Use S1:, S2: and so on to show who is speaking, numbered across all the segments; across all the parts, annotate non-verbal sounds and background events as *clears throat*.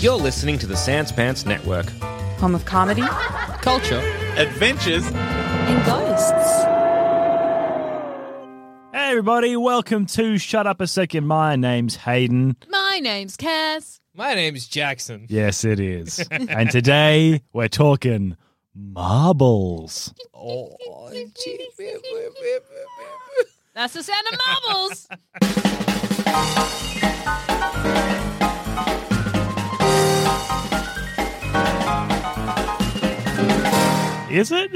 S1: You're listening to the Sans Pants Network.
S2: Home of comedy.
S3: Adventures.
S4: Hey everybody, welcome to Shut Up a Second. My name's Hayden.
S5: My name's Cass.
S6: My name's Jackson.
S4: Yes, it is. *laughs* and today we're talking marbles.
S5: That's the sound of marbles.
S4: Is it?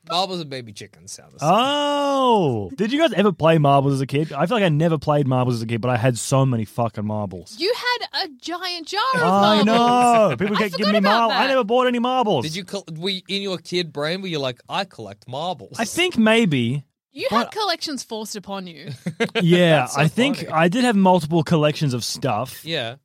S4: *laughs*
S6: Marbles and baby chickens sound the same.
S4: oh. Did you guys ever play marbles as a kid? I feel like I never played marbles as a kid, but I had so many fucking marbles.
S5: you had a giant jar of
S4: I
S5: marbles.
S4: know. People kept giving
S5: forgot
S4: me
S5: about
S4: marbles. I
S5: that.
S4: never bought any marbles.
S6: Did you col- we in your kid brain were you like I collect marbles?
S4: I think maybe
S5: You had collections forced upon you.
S4: yeah,
S6: That's so
S4: I think
S6: funny.
S4: I did have multiple collections of stuff,
S6: yeah.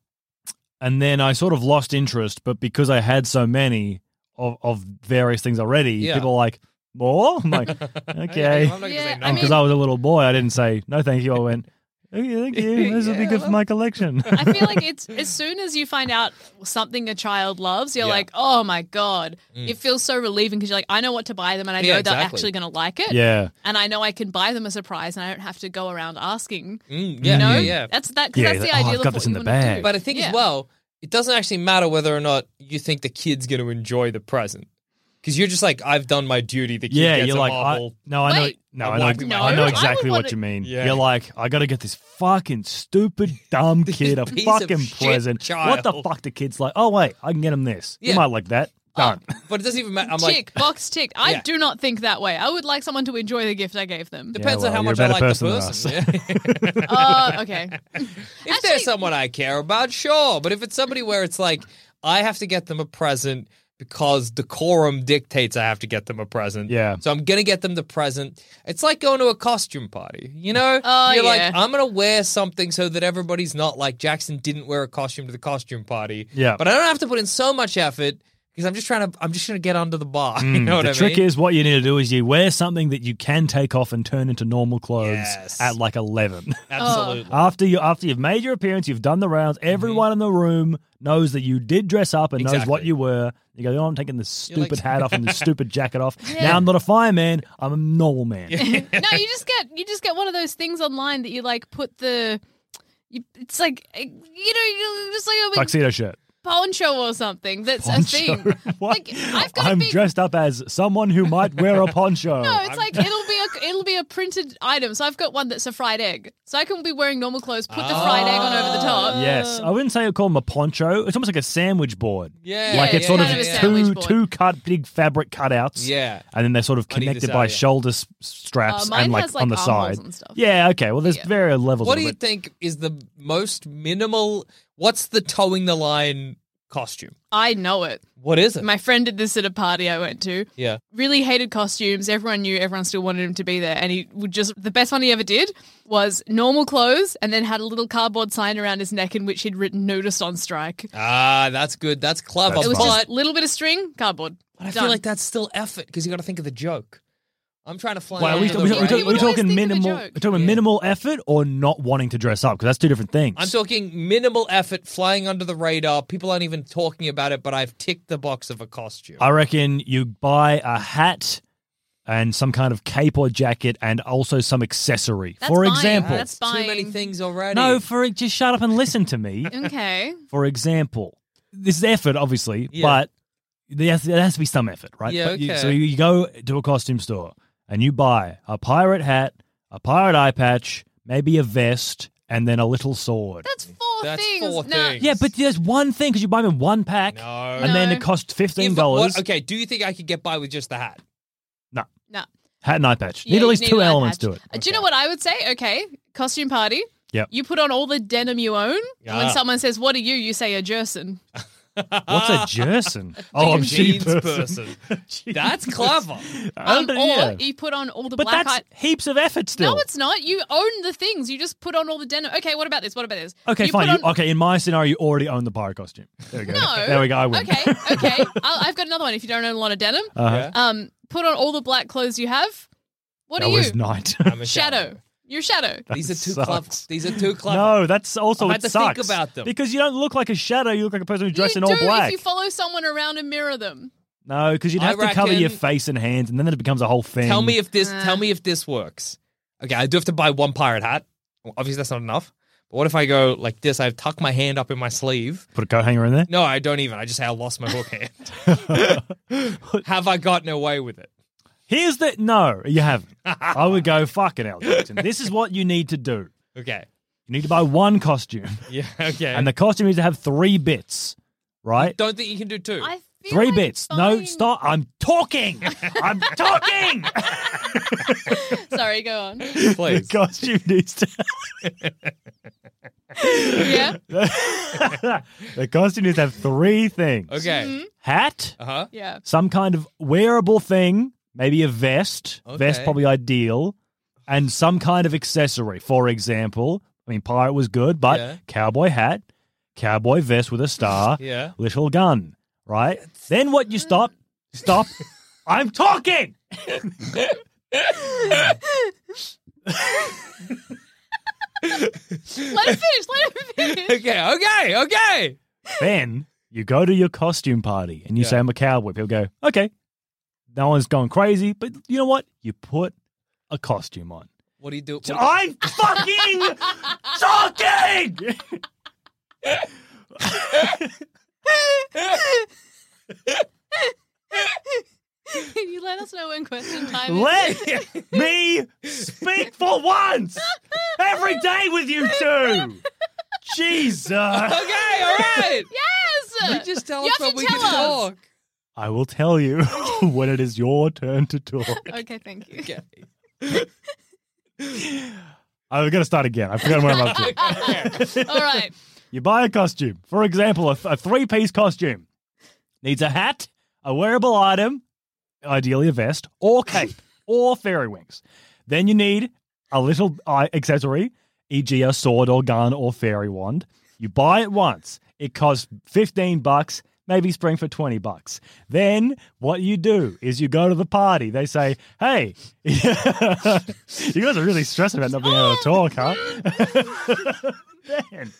S4: and then I sort of lost interest. But because I had so many of, of various things already,
S6: Yeah.
S4: people were like more.
S6: *laughs*
S4: I'm like, okay,
S6: I'm not gonna
S5: Yeah,
S6: say no. Mm,
S5: I mean-
S4: because I was a little boy, I didn't say no, thank you. I went, okay, thank you. This will be good for
S6: *laughs*
S4: my collection.
S5: I feel like it's as soon as you find out something a child loves, you're
S6: Yeah.
S5: like, oh my god,
S4: Mm.
S5: it feels so relieving because you're like, I know what to buy them, and I know
S6: Yeah,
S5: they're
S6: exactly.
S5: actually going to like
S4: *laughs*
S5: it,
S4: yeah,
S5: and I know I can buy them a surprise, and I don't have to go around asking.
S6: Mm, yeah,
S5: you know,
S6: yeah, yeah.
S5: that's that. 'cause
S4: Yeah,
S5: that's
S4: you're
S5: the
S4: like, "Oh,
S5: ideal.
S4: I've
S5: of
S4: got
S5: what
S4: this
S5: you
S4: in the
S5: wanna do."
S4: bag.
S6: But I think
S5: Yeah.
S6: as well, it doesn't actually matter whether or not you think the kid's going to enjoy the present. Because you're just like, I've done my duty. The kid
S4: yeah.
S6: gets
S4: You're
S6: a
S4: like, I,
S6: marble.
S4: no, I know,
S5: Wait.
S4: no,
S6: I'm
S4: I know,
S6: wiping
S5: my
S4: I know
S5: hands.
S4: exactly
S5: I would
S4: what
S5: wanna-
S4: you mean.
S6: Yeah.
S4: You're like, I got to get this fucking stupid
S6: *laughs*
S4: dumb kid a
S6: piece of
S4: fucking
S6: shit
S4: present. What the
S6: child.
S4: fuck? The kid's like, oh wait, I can get him this. You
S6: Yeah. Oh,
S4: might like that. Done.
S6: But it doesn't even matter. I'm like,
S5: tick box ticked. I
S6: Yeah.
S5: do not think that way. I would like someone to enjoy the gift I gave them.
S6: depends
S4: well,
S6: on how
S4: you're a
S6: much I
S4: better
S6: like
S4: person
S6: the
S4: than
S6: person. Yeah.
S5: Oh, okay.
S6: *laughs*
S4: *laughs*
S5: *laughs*
S6: if there's someone I care about, sure. But if it's somebody where it's like, I have to get them a present because decorum dictates I have to get them a present.
S4: Yeah.
S6: So I'm going to get them the present. It's like going to a costume party, you know?
S5: *laughs* Oh,
S6: You're
S5: yeah.
S6: like, I'm going to wear something so that everybody's not like Jackson didn't wear a costume to the costume party.
S4: Yeah.
S6: But I don't have to put in so much effort because I'm just trying to, I'm just going to get under the bar. *laughs* you know what
S4: Mm. the
S6: I
S4: trick
S6: mean?
S4: is what you need to do is you wear something that you can take off and turn into normal clothes
S6: Yes.
S4: at like eleven. *laughs*
S5: Oh,
S6: Absolutely. Mm-hmm.
S4: after you after you've made your appearance, you've done the rounds, everyone in the room knows that you did dress up and knows what
S6: Exactly.
S4: you were. You go, oh, I'm taking this
S6: You're like-
S4: stupid hat off and
S6: *laughs*
S4: this stupid jacket off. Now I'm not a fireman, I'm a normal
S6: *laughs*
S4: man.
S5: no, you just get you just get one of those things online that you like put the. You, it's like you know, you just like a big
S4: Tuxedo shirt.
S5: poncho or something.
S4: *laughs*
S5: That's
S4: Poncho.
S5: a thing.
S4: What?
S5: Like I've got a
S4: I'm
S5: big.
S4: dressed up as someone who might wear
S6: *laughs*
S4: a poncho.
S5: no, it's like it'll be a it'll be a printed item. So I've got one that's a fried egg. So I can be wearing normal clothes, put the fried egg on over the top.
S4: Yes, I wouldn't say I call them a poncho. It's almost like a sandwich board.
S6: Yeah.
S4: like it's
S6: yeah,
S4: sort
S6: yeah,
S4: of
S5: a
S6: yeah.
S4: two
S5: sandwich board.
S4: two cut big fabric cutouts.
S6: Yeah.
S4: and then they're sort of
S6: I need
S4: connected
S6: this
S4: by
S6: out, yeah.
S4: shoulder s-
S5: Uh,
S4: straps
S5: mine
S4: and like,
S5: has, like,
S4: on the
S5: armholes
S4: side.
S5: and stuff.
S4: Yeah, okay. Well, there's
S5: Yeah.
S4: various levels.
S6: What
S4: of
S6: do you
S4: it.
S6: think is the most minimal? What's the towing the line costume?
S5: I know it.
S6: What is it?
S5: My friend did this at a party I went to.
S6: yeah.
S5: really hated costumes. Everyone knew everyone still wanted him to be there. And he would just, the best one he ever did was normal clothes and then had a little cardboard sign around his neck in which he'd written noticed on strike.
S6: Ah, that's good. That's clever.
S4: That's
S5: It was
S6: but,
S5: just a little bit of string, cardboard.
S6: but I
S5: Done.
S6: feel like that's still effort because you got to think of the joke. I'm trying to fly.
S4: Well, are we,
S6: under
S4: are
S6: the
S4: we,
S5: You
S4: are we- are we
S5: would always
S6: radar.
S4: talking
S5: think of a
S4: minimal?
S5: joke.
S4: We're talking minimal effort or not wanting to dress up because that's two different things.
S6: I'm talking minimal effort, flying under the radar. People aren't even talking about it, but I've ticked the box of a costume.
S4: I reckon you buy a hat, and some kind of cape or jacket and also some accessory.
S5: That's
S4: for
S5: buying.
S4: example,
S5: Ah, That's
S6: Too
S5: buying.
S6: many things already.
S4: no, for just shut up and listen to me. *laughs*
S5: Okay.
S4: for example, this is effort, obviously,
S6: Yeah.
S4: but there has, there has to be some effort, right?
S6: Yeah,
S4: But you- so
S6: okay.
S4: you go to a costume store and you buy a pirate hat, a pirate eye patch, maybe a vest, and then a little sword.
S5: That's four
S6: That's
S5: things.
S6: four
S5: Nah,
S6: things.
S4: yeah, but there's one thing because you buy them in one pack,
S6: no.
S4: and then
S5: No.
S4: it costs
S6: If-
S4: fifteen
S6: what-
S4: dollars.
S6: okay, do you think I could get by with just the hat?
S5: nah.
S4: Hat and eye patch.
S5: Yeah,
S4: need at
S5: you
S4: least
S5: need
S4: two
S5: an eye
S4: elements
S5: patch.
S4: to it.
S5: Uh, Do you know what I would say? Okay, costume party.
S4: Yep. Ah.
S5: You put on all the denim you own, and when
S6: Yeah.
S5: someone says, "What are you?" you say a jerson.
S4: What's
S6: *laughs*
S4: a jerson? oh, I'm she
S6: Jeans
S4: person.
S6: person. *laughs*
S4: *laughs*
S6: That's clever.
S5: Um, or
S4: yeah.
S5: you put on all the
S4: But
S5: black.
S4: that's
S5: eye-
S4: heaps of effort still.
S5: no, it's not. You own the things. You just put on all the denim. Okay, what about this? What about this?
S4: Okay,
S5: You
S4: fine.
S5: put
S4: You-
S5: on-
S4: okay, in my scenario, you already own the pirate costume. There we go.
S5: No.
S4: There we go. I win. *laughs*
S5: *laughs* Okay, okay. I'll, I've got another one. If you don't own a lot of denim,
S4: Uh-huh.
S5: um, put on all the black clothes you have. What
S4: that
S5: are
S4: was *laughs*
S5: you?
S4: night.
S6: I'm a
S5: shadow. You're shadow.
S6: These are too
S4: sucks.
S6: clever. These are too clever.
S4: no, that's also
S6: I've
S4: it
S6: had to
S4: sucks.
S6: think about them.
S4: because you don't look like a shadow. You look like a person who's dressed
S5: you
S4: in all
S5: do
S4: black.
S5: if you follow someone around and mirror them.
S4: no, because you'd
S6: I
S4: have to cover your
S6: reckon-
S4: face and hands, and then it becomes a whole thing.
S6: Tell me if this.
S5: Uh.
S6: Tell me if this works. Okay, I do have to buy one pirate hat. Well, obviously, that's not enough. But what if I go like this? I tuck my hand up in my sleeve.
S4: put a coat hanger in there.
S6: No, I don't even. I just say I lost my hook hand.
S4: *laughs*
S6: have I gotten away with it?
S4: Here's the no. You haven't. I would go fucking hell, Jackson. This is what you need to do.
S6: Okay.
S4: You need to buy one costume,
S6: Yeah. Okay.
S4: and the costume needs to have three bits, right?
S6: don't think you can do two.
S5: I feel
S4: Three
S5: like
S4: bits. No,
S5: buying-
S4: stop. I'm talking. I'm talking.
S5: Sorry, go
S4: *laughs*
S5: on.
S4: the
S6: Please.
S4: costume needs to.
S5: Yeah,
S4: *laughs* the costume needs to have three things:
S5: Mm-hmm.
S6: Okay.
S4: hat,
S6: Uh huh.
S5: yeah.
S4: some kind of wearable thing, maybe a vest. Vest
S6: Okay.
S4: probably ideal, and some kind of accessory. For example, I mean, pirate was good, but
S6: Yeah.
S4: cowboy hat, cowboy vest with a star,
S6: *laughs* Yeah.
S4: little gun. Right then, what you stop?
S6: *laughs*
S4: Stop! I'm talking.
S5: Let it finish. Let it finish. *laughs*
S6: Okay. Okay. Okay.
S4: *laughs* then you go to your costume party and you say, I'm a cowboy. People go, okay. No one's going crazy, but you know what? You put a costume on.
S6: What do you do? what-
S4: I'm *laughs* fucking talking!
S5: Can you let us know when question time is?
S4: *laughs* Let me speak for once every day with you two. *laughs* Jesus.
S6: okay. All right.
S5: yes.
S6: You just tell
S5: You
S6: us
S5: have
S6: when we
S5: to tell
S6: can
S5: us.
S6: talk.
S4: I will tell you *laughs* when it is your turn to talk.
S5: Okay, thank you.
S6: Okay.
S4: I'm going to start again. I forgot what I'm up to.
S5: *laughs* All right.
S4: You buy a costume. For example, a, a three piece costume needs a hat, a wearable item, ideally a vest, or cape, or fairy wings. Then you need a little uh, accessory, e.g., a sword or gun or fairy wand. You buy it once. It costs 15 bucks, maybe spring for 20 bucks. Then what you do is you go to the party. They say, hey, *laughs* you guys are really stressing about not being able to talk, huh? *laughs* then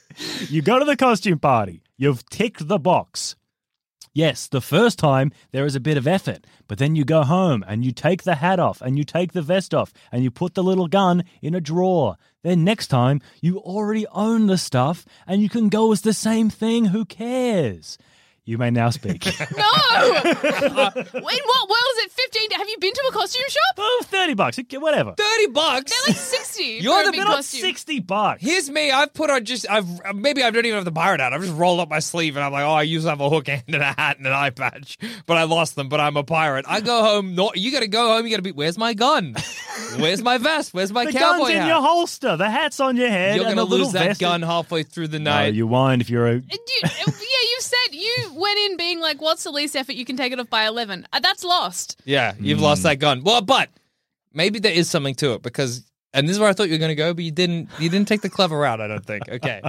S4: you go to the costume party. You've ticked the box. Yes, the first time there is a bit of effort, but then you go home and you take the hat off and you take the vest off and you put the little gun in a drawer. Then next time you already own the stuff and you can go as the same thing. Who cares? You may now speak.
S5: No. *laughs* In what world is it? Fifteen? Have you been to a costume shop?
S4: oh, 30 bucks, whatever.
S6: Thirty bucks.
S5: They're like sixty.
S6: You're
S5: for a
S6: the
S5: big
S6: middle
S5: costume.
S4: 60 bucks.
S6: Here's me. I've put on just. I've maybe I don't even have the pirate hat. I've just rolled up my sleeve and I'm like, oh, I used to have a hook *laughs* hand and a hat and an eye patch, but I lost them. But I'm a pirate. I go home. Not you. Got to go home. You got to be. Where's my gun? Where's my vest? Where's my
S4: *laughs* the
S6: cowboy
S4: gun's in
S6: hat?
S4: your holster, the hat's on your head.
S6: You're
S4: and
S6: gonna
S4: the little
S6: lose that
S4: vest-
S6: gun halfway through the
S4: No,
S6: night.
S4: you whined if you're a
S5: And you, yeah, you said you went in being like, "What's the least effort you can take it off by 11? Uh, that's lost.
S6: yeah, you've
S4: Mm.
S6: lost that gun. Well, but maybe there is something to it because, and this is where I thought you were gonna go, but you didn't. You didn't take the clever route. I don't think. Okay.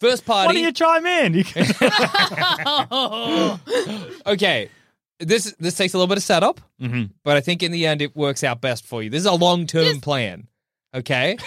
S6: First party.
S4: Why don't you chime in? You can-
S6: okay. This this takes a little bit of setup, but I think in the end it works out best for you. This is a long term plan. Okay.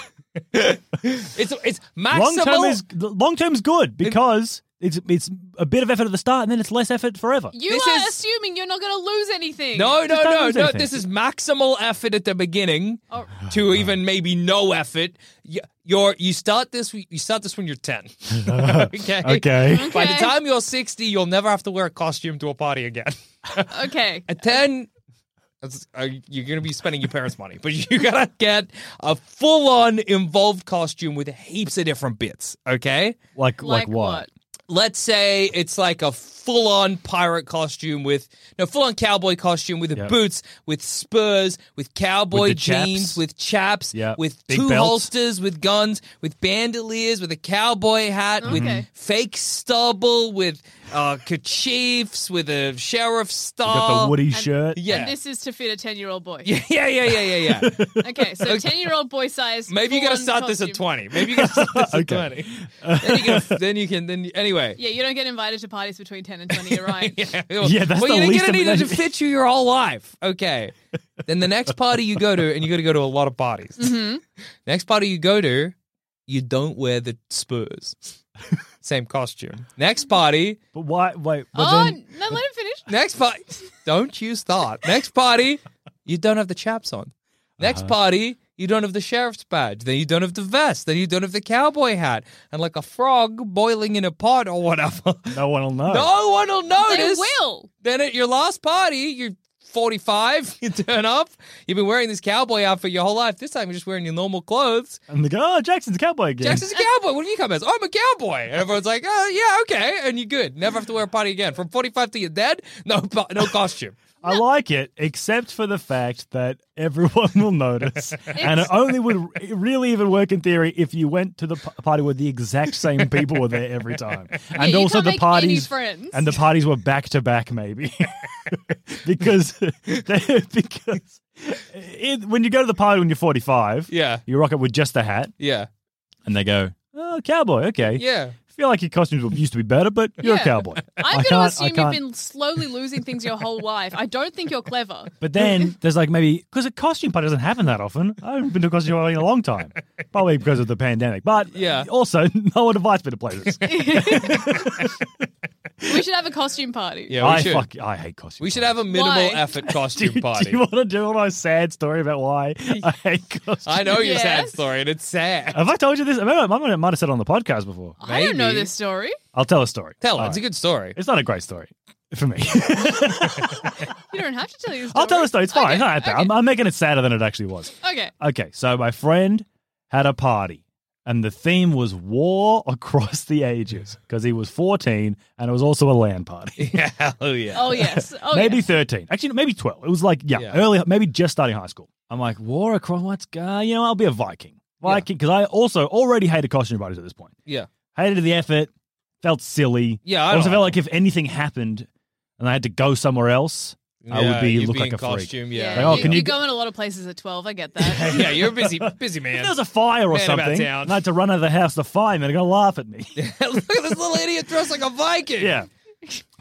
S6: it's it's maximal.
S4: long term is long term's good because It's it's a bit of effort at the start, and then it's less effort forever.
S5: You
S6: This
S5: are
S6: is-
S5: assuming you're not going to lose anything.
S6: No, no,
S4: don't
S6: no,
S4: lose
S6: no.
S4: anything.
S6: This is maximal effort at the beginning
S5: Oh.
S6: to even maybe no effort. Y- You're you start this you start this when you're ten. *laughs* okay.
S4: Okay.
S6: By the
S5: Okay.
S6: time you're sixty, you'll never have to wear a costume to a party again. *laughs*
S5: Okay.
S6: At ten, that's, uh, you're going to be spending your parents' money, but *laughs* you gotta get a full-on involved costume with heaps of different bits. Okay.
S4: Like,
S5: Like,
S4: like
S5: what?
S4: what?
S6: let's say it's like a full on pirate costume with no full on cowboy costume with the
S4: Yep.
S6: boots, with spurs, with cowboy
S4: With the
S6: jeans,
S4: chaps.
S6: with chaps,
S4: Yeah.
S6: with
S4: Big
S6: two
S4: belt.
S6: holsters, with guns, with bandoliers, with a cowboy hat, with
S5: Okay.
S6: fake stubble, with uh, kerchiefs, with a sheriff's
S4: You got
S6: star.
S4: the Woody shirt.
S6: Yeah.
S5: Oh, And this is to fit a 10 year old boy.
S6: yeah, yeah, yeah, yeah,
S4: *laughs*
S6: yeah, yeah.
S5: *laughs* Okay, so 10 year old boy size.
S6: Maybe you gotta
S5: full-on
S6: start this at
S5: costume.
S6: twenty. Maybe you gotta start
S4: *laughs*
S6: this at
S4: Okay.
S6: twenty. Then you can. Then you can. Then anyway.
S4: *laughs*
S6: *laughs*
S5: Yeah, you don't get invited to parties between 10 and 20, you're right.
S6: Yeah,
S4: Yeah, that's
S6: well,
S4: the
S6: you're
S4: least
S6: gonna need it to
S4: amount-
S6: fit you your whole life.
S4: *laughs*
S6: Okay. then the next party you go to, and you got to go to a lot of parties.
S4: Mm-hmm.
S6: *laughs* Next party you go to, you don't wear the
S4: *laughs*
S6: spurs. Same costume. Next party,
S4: But why? Wait. But
S5: oh,
S4: then,
S5: no, let him finish.
S6: next party. Don't you start. Next party, you don't have the chaps on. Next party, you don't have the sheriff's badge. Then you don't have the vest. Then you don't have the cowboy hat. And like a frog boiling in a pot or whatever.
S4: no one will know.
S6: No one will
S5: They
S6: notice.
S5: will.
S6: Then at your last party, you're 45, *laughs* you turn up, you've been wearing this cowboy outfit your whole life. This time you're just wearing your normal clothes.
S4: And they go, oh, Jackson's a cowboy again.
S6: Jackson's a cowboy. What do you come as? I'm a cowboy. And everyone's like, oh, yeah, okay. And you're good. Never have to wear a party again. From 45 to you're dead, no, pa- no costume.
S4: I like it, except for the fact that everyone *laughs* will notice. and it only would it really even work in theory if you went to the p- party where the exact same people were there every
S5: *laughs*
S4: time. And
S5: you
S4: also
S5: can't
S4: the
S5: make any
S4: parties
S5: friends.
S4: and the parties were back to back maybe. *laughs* because *laughs* they, because it, when you go to the party when you're 45,
S6: Yeah.
S4: you rock it with just the hat
S6: Yeah.
S4: and they go, "Oh, cowboy, okay."
S6: Yeah.
S4: Feel like your costumes were- used to be better, but you're
S5: Yeah.
S6: *laughs*
S4: a cowboy. I
S5: I'm going to
S4: can't- I
S5: assume you've
S4: can't-
S5: been slowly losing things your whole life. I don't think you're clever.
S4: But then there's like maybe because a costume party doesn't happen that often. I haven't been to a costume party in a long time, probably because of the pandemic. But
S6: Yeah.
S4: also *laughs* no one invites me to places.
S6: *laughs*
S5: We should have a costume party.
S6: Yeah, we
S4: I
S6: should.
S4: fuck, I hate costumes.
S6: we should have a minimal
S5: Why?
S6: effort
S4: *laughs* Do,
S6: costume
S4: you-
S6: party.
S4: do you want to do a nice sad story
S6: *laughs*
S4: about why I hate costumes?
S6: I know your sad
S5: Yes.
S6: story, and it's sad.
S4: Have I told you this? I remember I might have said it on the podcast before.
S5: I don't know
S6: Maybe.
S5: this story.
S4: I'll tell a story.
S6: Tell her.
S4: All
S6: It's a
S4: right.
S6: good
S4: *laughs*
S6: story.
S4: It's not a great story for me.
S5: You don't have to tell you this story.
S4: *laughs* I'll tell a story. It's fine.
S5: Okay,
S4: It's not that bad.
S5: okay,
S4: I'm, I'm making it sadder than it actually was.
S5: okay.
S4: Okay, so my friend had a party, and the theme was war across the ages because he was 14 and it was also a land party.
S6: Yeah. Oh, yeah.
S4: *laughs*
S5: Oh, yes. Oh,
S4: maybe
S5: yes.
S4: 13. Actually, maybe 12. It was like, yeah,
S6: Yeah.
S4: early, maybe just starting high school. I'm like, war across, what's, uh, you know, I'll be a Viking. Viking, because I also already hated costume parties at this point.
S6: Yeah.
S4: Hated the effort, felt silly.
S6: Yeah, I
S4: also
S6: don't-
S4: felt like if anything happened and I had to go somewhere else, I
S6: Yeah,
S4: would be
S6: you'd
S4: look like
S6: in
S4: a freak.
S6: costume. Yeah.
S4: Like, oh,
S5: you,
S4: can you
S5: you
S4: g-
S5: go in a lot of places at 12. I get that.
S6: yeah, you're a busy, busy
S4: If
S6: man.
S4: there was a fire or
S6: Man about
S4: something,
S6: town.
S4: and I had to run out of the house to find them, they're going to laugh at me.
S6: *laughs* Look at this little idiot dressed like a Viking.
S4: Yeah.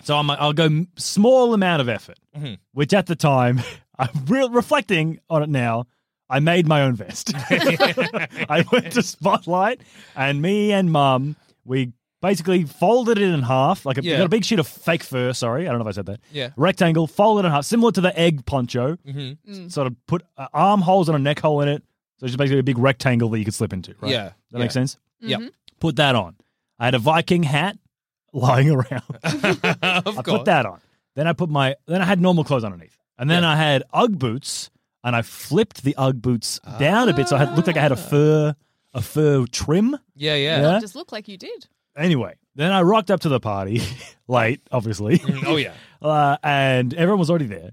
S4: So I'm, I'll go m- small amount of effort,
S6: Mm-hmm.
S4: which at the time, *laughs* I'm re- reflecting on it now. I made my
S6: *laughs*
S4: own vest. *laughs* I went to Spotlight, and me and Mum, we basically folded it in half, like a,
S6: Yeah.
S4: got a big sheet of fake fur. Sorry, I don't know if I said that.
S6: Yeah.
S4: rectangle, folded in half, similar to the egg poncho.
S6: Mm-hmm.
S4: s- Sort of put uh, armholes and a neck hole in it, so it's just basically a big rectangle that you could slip into. Right?
S6: Yeah.
S4: Does that makes
S6: Yeah.
S4: sense.
S6: Yep.
S4: Put that on. I had a Viking hat *laughs* lying around.
S6: *laughs* of
S4: I
S6: course.
S4: put that on. Then I put my then I had normal clothes underneath, and then I had UGG boots, and I flipped the UGG boots down a bit, so I had, looked like I had a fur a fur trim.
S6: Yeah, yeah.
S4: *laughs* Yeah.
S5: Just look like you did.
S4: Anyway, then I rocked up to the party *laughs* late, obviously,
S6: Oh yeah.
S4: uh, and everyone was already there,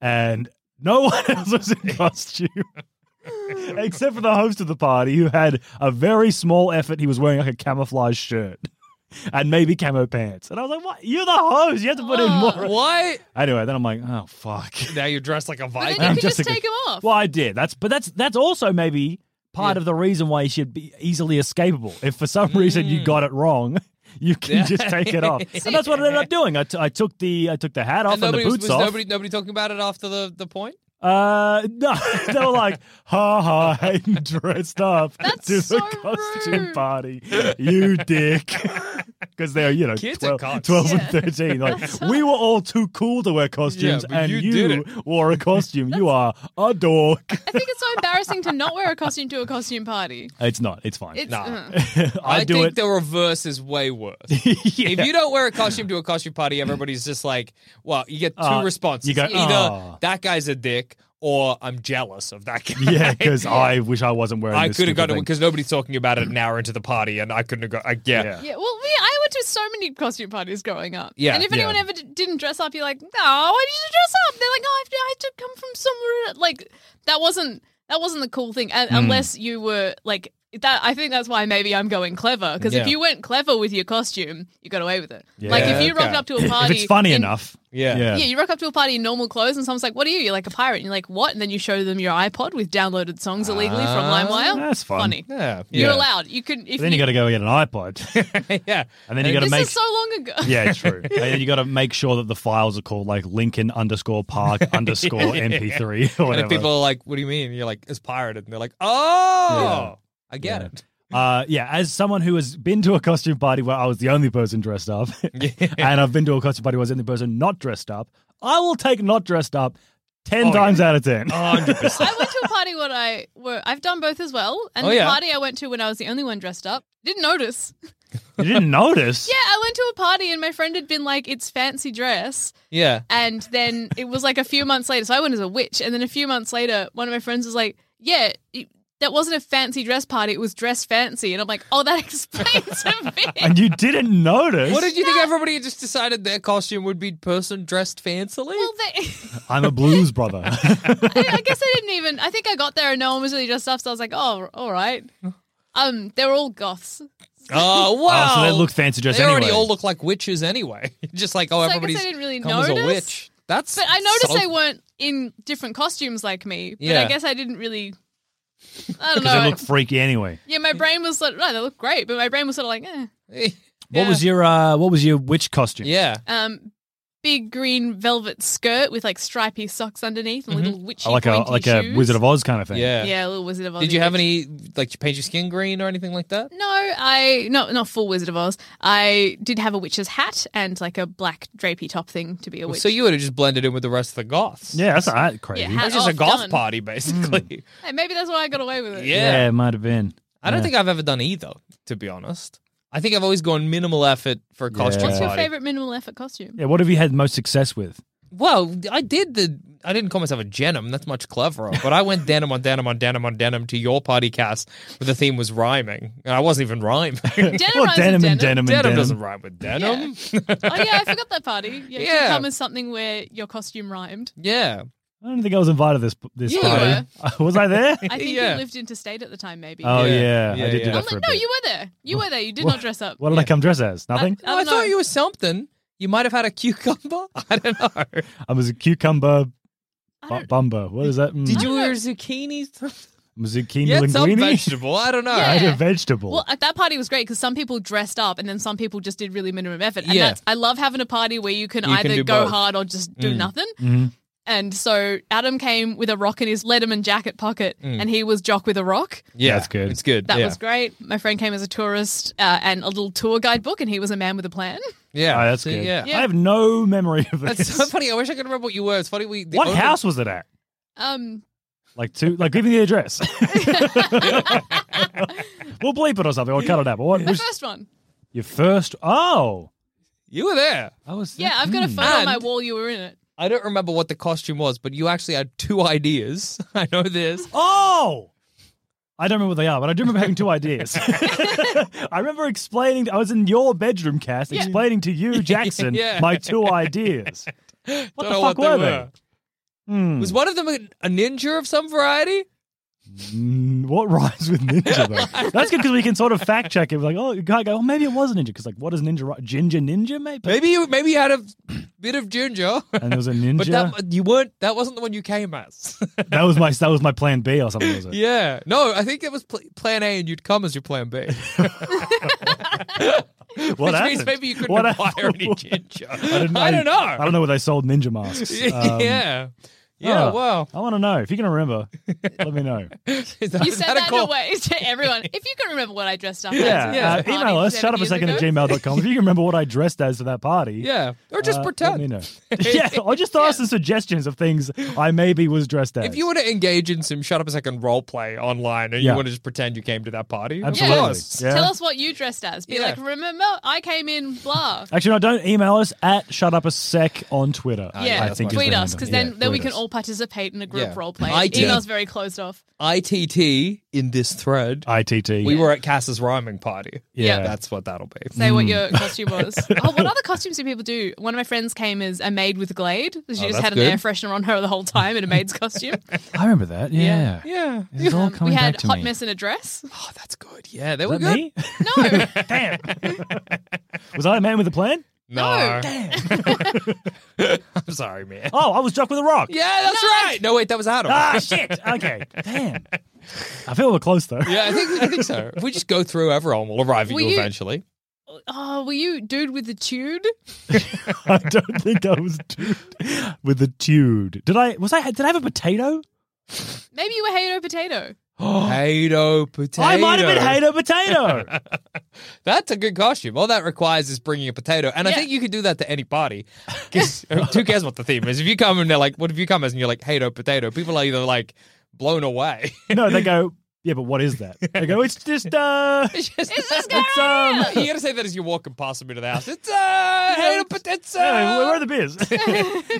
S4: and no *laughs* one else was
S6: *laughs*
S4: in costume. Except for the host of the party, who had a very small effort. He was wearing like a camouflage shirt *laughs* and maybe camo pants. And I was like, "What? You're the host. You have to put
S5: Uh,
S4: in
S6: Oh.
S4: more."
S6: Why?
S4: Anyway, then I'm like, oh fuck. *laughs*
S6: Now you're dressed like a
S5: But then
S6: Viking.
S5: you
S4: I'm
S5: could just,
S4: just a-
S5: take him off.
S4: Well, I did. That's but that's that's also maybe part
S6: Yeah.
S4: of the reason why you should be easily escapable. If for some reason you got it wrong, *laughs* you
S6: *laughs*
S4: can just take it off, and that's what I ended up doing. I, t- I took the I took the hat off
S6: And
S4: and,
S6: nobody
S4: the
S6: was,
S4: boots
S6: was
S4: off.
S6: nobody nobody talking about it after the, the point.
S4: Uh, no, *laughs* they were like, ha ha, Hayden dressed up
S5: That's
S4: to
S5: so
S4: the costume
S5: rude. *laughs*
S4: party. You dick. because they're you know
S6: Kids are
S4: 12,
S6: cocks.
S4: 12 and 13 like we were all too cool to wear costumes
S6: but
S4: and
S6: you
S4: you,
S6: did
S4: wore a costume you are a dork
S5: I think it's so embarrassing to not wear a costume to a costume party.
S4: it's not it's fine
S5: It's,
S6: Nah.
S5: uh,
S4: *laughs* i,
S6: I
S4: do
S6: think
S4: it
S6: the reverse is way worse.
S4: *laughs* Yeah.
S6: If you don't wear a costume to a costume party, everybody's just like, well, you get two
S4: Uh,
S6: responses.
S4: you go, "Ah."
S6: Either
S4: "Aw."
S6: that guy's a dick, or I'm jealous of that guy. *laughs*
S4: yeah because i wish i wasn't wearing
S6: I
S4: this
S6: could have
S4: stupid
S6: gotten
S4: thing.
S6: because nobody's talking about it an hour into the party, and I couldn't have got. I, yeah.
S4: Yeah.
S5: yeah, well, we, I went to so many costume parties growing up.
S6: Yeah,
S5: and if
S4: yeah.
S5: anyone ever d- didn't dress up, you're like, no, why did you dress up? They're like, oh, I have to, I had to come from somewhere. Like that wasn't that wasn't the cool thing,
S4: Hmm.
S5: and, unless you were like that. I think that's why maybe I'm going clever because if
S6: Yeah.
S5: you went clever with your costume, you got away with it. like if you
S6: okay.
S5: rocked up to a party,
S4: if it's funny
S5: in-
S4: enough
S6: Yeah.
S4: yeah,
S5: Yeah, you rock up to a party in normal clothes, and someone's like, "What are you?" You're like a pirate, and you're like, "What?" And then you show them your iPod with downloaded songs illegally from LimeWire.
S4: Ah, that's fun.
S5: Funny.
S6: Yeah.
S5: You're
S6: Yeah.
S5: allowed. You can. If
S4: then you,
S5: you
S4: got to go get an ipod
S6: *laughs*
S4: *laughs*
S6: yeah.
S4: and then you got to
S5: This
S4: make
S5: is so long ago.
S4: Yeah, true. *laughs* And then you got to make sure that the files are called like Lincoln underscore
S6: *laughs*
S4: Park underscore MP3 or
S6: And
S4: whatever.
S6: if people are like, "What do you mean?" You're like, "It's pirated," and they're like, "Oh, I get it."
S4: uh, yeah, as someone who has been to a costume party where I was the only person dressed up, *laughs* and I've been to a costume party where I was the only person not dressed up, I will take not dressed up
S6: Oh,
S4: ten times out of ten.
S5: I went to a party when I were. I've done both as well. And
S6: Oh,
S5: the
S6: yeah.
S5: party I went to when I was the only one dressed up didn't notice.
S4: *laughs* you didn't notice?
S5: Yeah, I went to a party and my friend had been like, "It's fancy dress,"
S6: Yeah.
S5: and then it was like a few months later. So I went as a witch, and then a few months later, one of my friends was like, "Yeah." It, that wasn't a fancy dress party. It was dress fancy, and I'm like, oh, that *laughs* explains
S6: *laughs*
S5: a bit.
S4: And you didn't notice?
S6: What did you think? Everybody just decided their costume would be person dressed fancily.
S5: Well, they,
S4: *laughs* I'm a blues
S6: *laughs*
S4: brother. *laughs* Oh,
S5: I, I guess I didn't even. I think I got there and no one was really dressed up, so I was like, oh, all right. Um, they were all goths.
S6: Oh wow!
S4: Oh, so they look fancy dressed
S6: They already
S4: anyway.
S6: all look like witches anyway. *laughs* Just like oh,
S5: So I guess I
S6: everybody's
S5: didn't really
S6: come as a
S5: notice.
S6: witch. That's
S5: But I noticed
S6: so-
S5: they
S6: *laughs*
S5: weren't in different costumes like me. But
S6: Yeah.
S5: I guess I didn't really.
S4: *laughs*
S5: I don't
S4: Because
S5: know.
S4: they look freaky anyway.
S5: yeah, my brain was like, no, they look great, but my brain was sort of like, eh.
S4: What was your uh, What was your witch costume?
S6: Yeah,
S5: Um, big green velvet skirt with like stripy socks underneath and little witchy
S4: Oh, like a
S5: pointy
S4: like
S5: shoes.
S4: a Wizard of Oz kind of thing.
S6: yeah.
S5: Yeah, a little Wizard of Oz.
S6: Did you have
S5: witch.
S6: any like you paint your skin green or anything like that?
S5: No, I no not full Wizard of Oz. I did have a witch's hat and like a black drapey top thing to be a witch.
S6: So you would have just blended in with the rest of the goths.
S4: Yeah, Hmm. that's all right, crazy.
S5: Yeah,
S6: it
S5: hat
S6: was just a
S5: off,
S6: goth
S5: done.
S6: party basically.
S5: Hey, maybe that's why I got away with it.
S6: Yeah.
S4: Yeah, it might have been.
S6: *laughs* I don't think I've ever done either, to be honest. I think I've always gone minimal effort for a costume
S5: What's your
S6: party.
S5: favorite minimal effort costume?
S4: Yeah, what have you had most success with?
S6: Well, I did the. I didn't call myself a denim. That's much cleverer. But I went denim on denim on denim on denim to your party cast, where the theme was rhyming, and I wasn't even rhyming. *laughs* denim,
S5: Denim
S4: *laughs* Well,
S5: rhymes with
S4: denim
S5: denim.
S4: and denim and denim.
S6: doesn't rhyme with denim.
S5: oh yeah, I forgot that party. Yeah,
S6: Yeah.
S5: yeah. come as something where your costume rhymed.
S4: *laughs*
S6: Yeah.
S4: I don't think I was invited to this this *laughs*
S5: You
S4: party. Uh, was I
S5: *laughs*
S4: there?
S6: *laughs*
S5: I think
S6: Yeah.
S5: you lived interstate at the time, maybe.
S4: oh
S6: Yeah.
S4: yeah,
S6: Yeah,
S4: I did
S6: yeah.
S4: do that for a
S5: I'm like,
S4: bit.
S5: no, you were there. You were there. You did not dress up.
S4: what did I come dressed as? Nothing.
S5: I
S6: I,
S5: don't know.
S6: thought you were something. You might have had a cucumber. *laughs* I don't know.
S4: I was a cucumber
S5: I
S4: bu-
S5: don't-
S4: bumper. What is that? Mm,
S6: Did you
S5: don't
S6: wear
S5: know.
S6: *laughs* zucchinis?
S4: I'm a zucchini
S6: yeah, some
S4: linguine?
S6: vegetable. I *laughs* don't know.
S4: *laughs* I had
S5: Yeah.
S4: a vegetable.
S5: Well, at that party was great because some people dressed up and then some people just did really minimum effort. And
S6: Yeah.
S5: that's, I love having a party where you can
S6: You can
S5: either
S6: do
S5: go
S6: both. Mm.
S5: hard or just do nothing.
S4: Mhm.
S5: And so Adam came with a rock in his Letterman jacket pocket and he was Jock with a rock.
S6: Yeah,
S4: That's good.
S6: It's good. Mm.
S5: That
S6: yeah.
S5: was great. My friend came as a tourist uh, and a little tour guide book and he was a man with a plan.
S6: Yeah,
S4: Oh, that's
S6: See,
S4: good.
S6: Yeah.
S4: I have no memory of
S6: *laughs*
S4: this.
S6: That's so funny. I wish I could remember what you were. It's funny. We the
S4: what
S6: only-
S4: house was it at?
S5: Um,
S4: Like two? Like give me the
S5: *laughs*
S4: address. *laughs* we'll bleep it or something. We'll cut it out. But what
S5: the
S4: was
S5: first one.
S4: your first? Oh,
S6: You were there.
S4: I was.
S5: Yeah, I've got a
S4: Mm.
S5: photo on my
S6: And-
S5: wall. You were in it.
S6: I don't remember what the costume was, but you actually had two ideas. *laughs* I know this.
S4: Oh! I don't remember what they are, but I do remember having
S6: *laughs*
S4: two ideas. *laughs* I remember explaining, I was in your bedroom, Cass, explaining to you,
S6: *laughs*
S4: Jackson,
S6: Yeah.
S4: my two
S6: *laughs*
S4: ideas. What
S6: Don't
S4: the
S6: know
S4: fuck
S6: what
S4: were
S6: they
S4: they? Hmm.
S6: were. Was one of them a, a ninja of some variety?
S4: Mm, what rhymes with
S6: *laughs*
S4: ninja, though? That's good because we can sort of fact check it. We're like, oh, you can't go, oh, maybe it was a ninja. Because, like, what is ninja? ri- Ginger ninja, mate? But-
S6: Maybe you maybe you had a *clears throat* bit of ginger,
S4: And there was a
S6: but
S4: ninja. that,
S6: that you weren't. That wasn't the one you came as. *laughs*
S4: was my that was my plan B or something, was it?
S6: yeah, no, I think it was pl- plan A, and you'd come as your plan B,
S4: What
S6: which means
S4: happened?
S6: maybe you couldn't
S4: *laughs* What
S6: acquire
S4: *laughs* happened?
S6: any ginger. I, *laughs* don't
S4: didn't-
S6: know. *laughs*
S4: I don't know where they sold ninja masks. Um,
S6: yeah, Yeah,
S4: Oh,
S6: wow.
S4: I want to know. If you can remember, let me know.
S6: *laughs* Is that-
S4: *laughs*
S5: You
S6: is
S5: said
S6: that a
S5: that in a
S6: call?
S5: way to everyone. If you can remember what I dressed up
S4: Yeah.
S5: as,
S4: uh, email us, shut up a second at gmail.com. If you can remember what I dressed as for that party.
S6: Yeah, or just
S4: uh, Let
S6: pretend. *laughs*
S4: me know. yeah, or just ask some suggestions of things I maybe was dressed as.
S6: If you were to engage in some shut up a second role play online and
S4: Yeah.
S6: you want to just pretend you came to that party,
S4: Absolutely.
S6: of course.
S4: Yeah.
S5: Tell us what you dressed as. Be
S6: Yeah.
S5: like, remember, I came in blah.
S4: Actually, no, don't email us at shut up a sec on Twitter.
S5: Ah, yeah,
S4: I think is
S5: tweet
S4: the
S5: us
S4: handle.
S5: because
S4: Yeah,
S5: then, then we
S4: tweet
S5: can
S4: us.
S5: all participate in a group
S6: Yeah.
S5: role play.
S6: I did.
S5: Email's very closed off.
S6: ITT in this thread.
S4: ITT.
S6: We were at Cass's rhyming party.
S4: Uh, Yeah. Mm.
S6: That's what that'll be.
S5: Say what your costume
S4: *laughs*
S5: was. oh, what other costumes do people do? One of my friends came as a maid with Glade.
S4: Oh,
S5: She just
S6: that's
S5: had an
S6: good.
S5: air freshener on her the whole time in a maid's
S4: *laughs*
S5: costume. Um,
S4: I remember that. Yeah.
S6: Yeah.
S4: This is all coming
S5: we had
S4: back to
S5: hot
S4: me.
S5: mess in
S4: *laughs*
S5: a dress.
S6: Oh, that's good. Yeah, they were
S4: Was
S6: Oh, good.
S4: that me?
S5: No,
S4: Damn. *laughs* was I a man with a plan?
S6: No. *laughs* I'm sorry, man.
S4: Oh, I was Jock with a rock.
S6: Yeah, that's right. No, wait, that was Adam.
S4: Ah, shit. Okay. Damn. I feel we're close, though.
S6: Yeah, I think I think so. If we just go through everyone, we'll arrive at
S5: Were
S6: you,
S5: you-
S6: eventually.
S5: oh, were you dude with the tude?
S4: *laughs* I don't think I was dude with the dude. Did I? Was I? Did I have a potato?
S5: Maybe you were Hato Potato.
S6: Potato, potato.
S4: Oh, I might have been hater
S6: *laughs*
S4: potato.
S6: That's a good costume. All that requires is bringing a potato, and I
S5: Yeah.
S6: think you could do that to any party. 'Cause uh, who cares what the theme is? If you come and they're like, "What have you come as?" and you're like, "Potato, potato," people are either like blown away.
S4: no, they go. Yeah, but what is that? They go. It's just uh.
S6: It's just-
S4: *laughs* *laughs* It's um.
S6: you gotta say that as you're walking past them into the house. It's uh, potato, potato. it's, uh,
S4: Anyway, where are
S6: *laughs*
S4: the beers?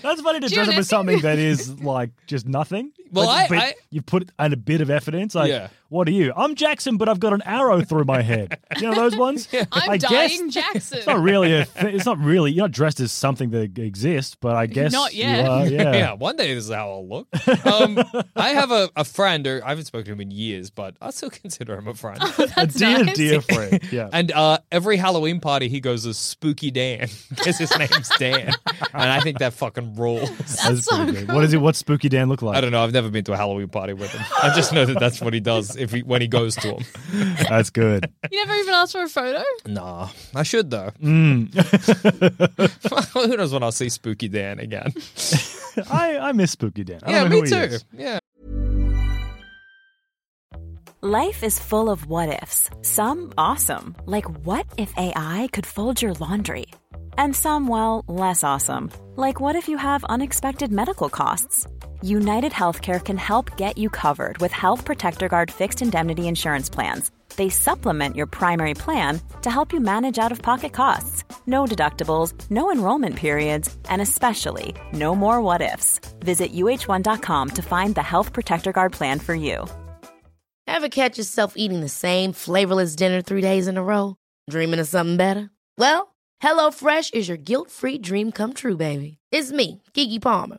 S4: That's funny to dress up
S5: Junior.
S4: as something that is like just nothing.
S6: Well,
S4: but,
S6: I-
S4: but
S6: I-
S4: you put in a bit of effort in. It's like,
S6: Yeah.
S4: what are you? I'm Jackson, but I've got an arrow through my
S6: *laughs*
S4: head. You know those ones?
S5: I'm
S4: I guess *laughs*
S5: dying Jackson.
S4: it's not
S5: *laughs*
S4: really a. Th- it's not really. You're not dressed as something that exists, but I guess
S5: Not
S4: you
S5: yet.
S4: are,
S6: *laughs*
S4: yeah.
S6: Yeah, one day this is how I'll look.
S4: *laughs*
S6: Um, I have a, a friend, or I haven't spoken to him in years, but I still *laughs* consider him a friend. *laughs*
S4: a dear,
S5: nice.
S4: dear friend. *laughs* Yeah.
S6: And uh, every Halloween party, he goes as Spooky Dan *laughs* because his name's Dan, and I think that fucking rules.
S4: That's pretty good. What is it? What's Spooky Dan look like?
S6: I don't know. I've never been to a Halloween party with him. I just know that that's what he does if he, when he goes to him. *laughs*
S4: That's good.
S5: You never even asked for
S4: *laughs*
S5: a photo.
S6: Nah, I should though.
S4: Mm.
S6: *laughs* Who knows when I'll see Spooky Dan again?
S4: I, I miss Spooky Dan. I
S6: Yeah,
S4: don't know
S6: me
S4: who he
S6: too.
S4: is.
S6: Yeah.
S2: Life is full of what ifs. Some awesome, like what if AI could fold your laundry? And some, well, less awesome, like what if you have unexpected medical costs? United Healthcare can help get you covered with Health Protector Guard fixed indemnity insurance plans. They supplement your primary plan to help you manage out of pocket costs. No deductibles, no enrollment periods, and especially no more what ifs. Visit uh1.com to find the Health Protector Guard plan for you.
S7: Ever catch yourself eating the same flavorless dinner three days in a row? Dreaming of something better? Well, HelloFresh is your guilt free dream come true, baby. It's me, Kiki Palmer.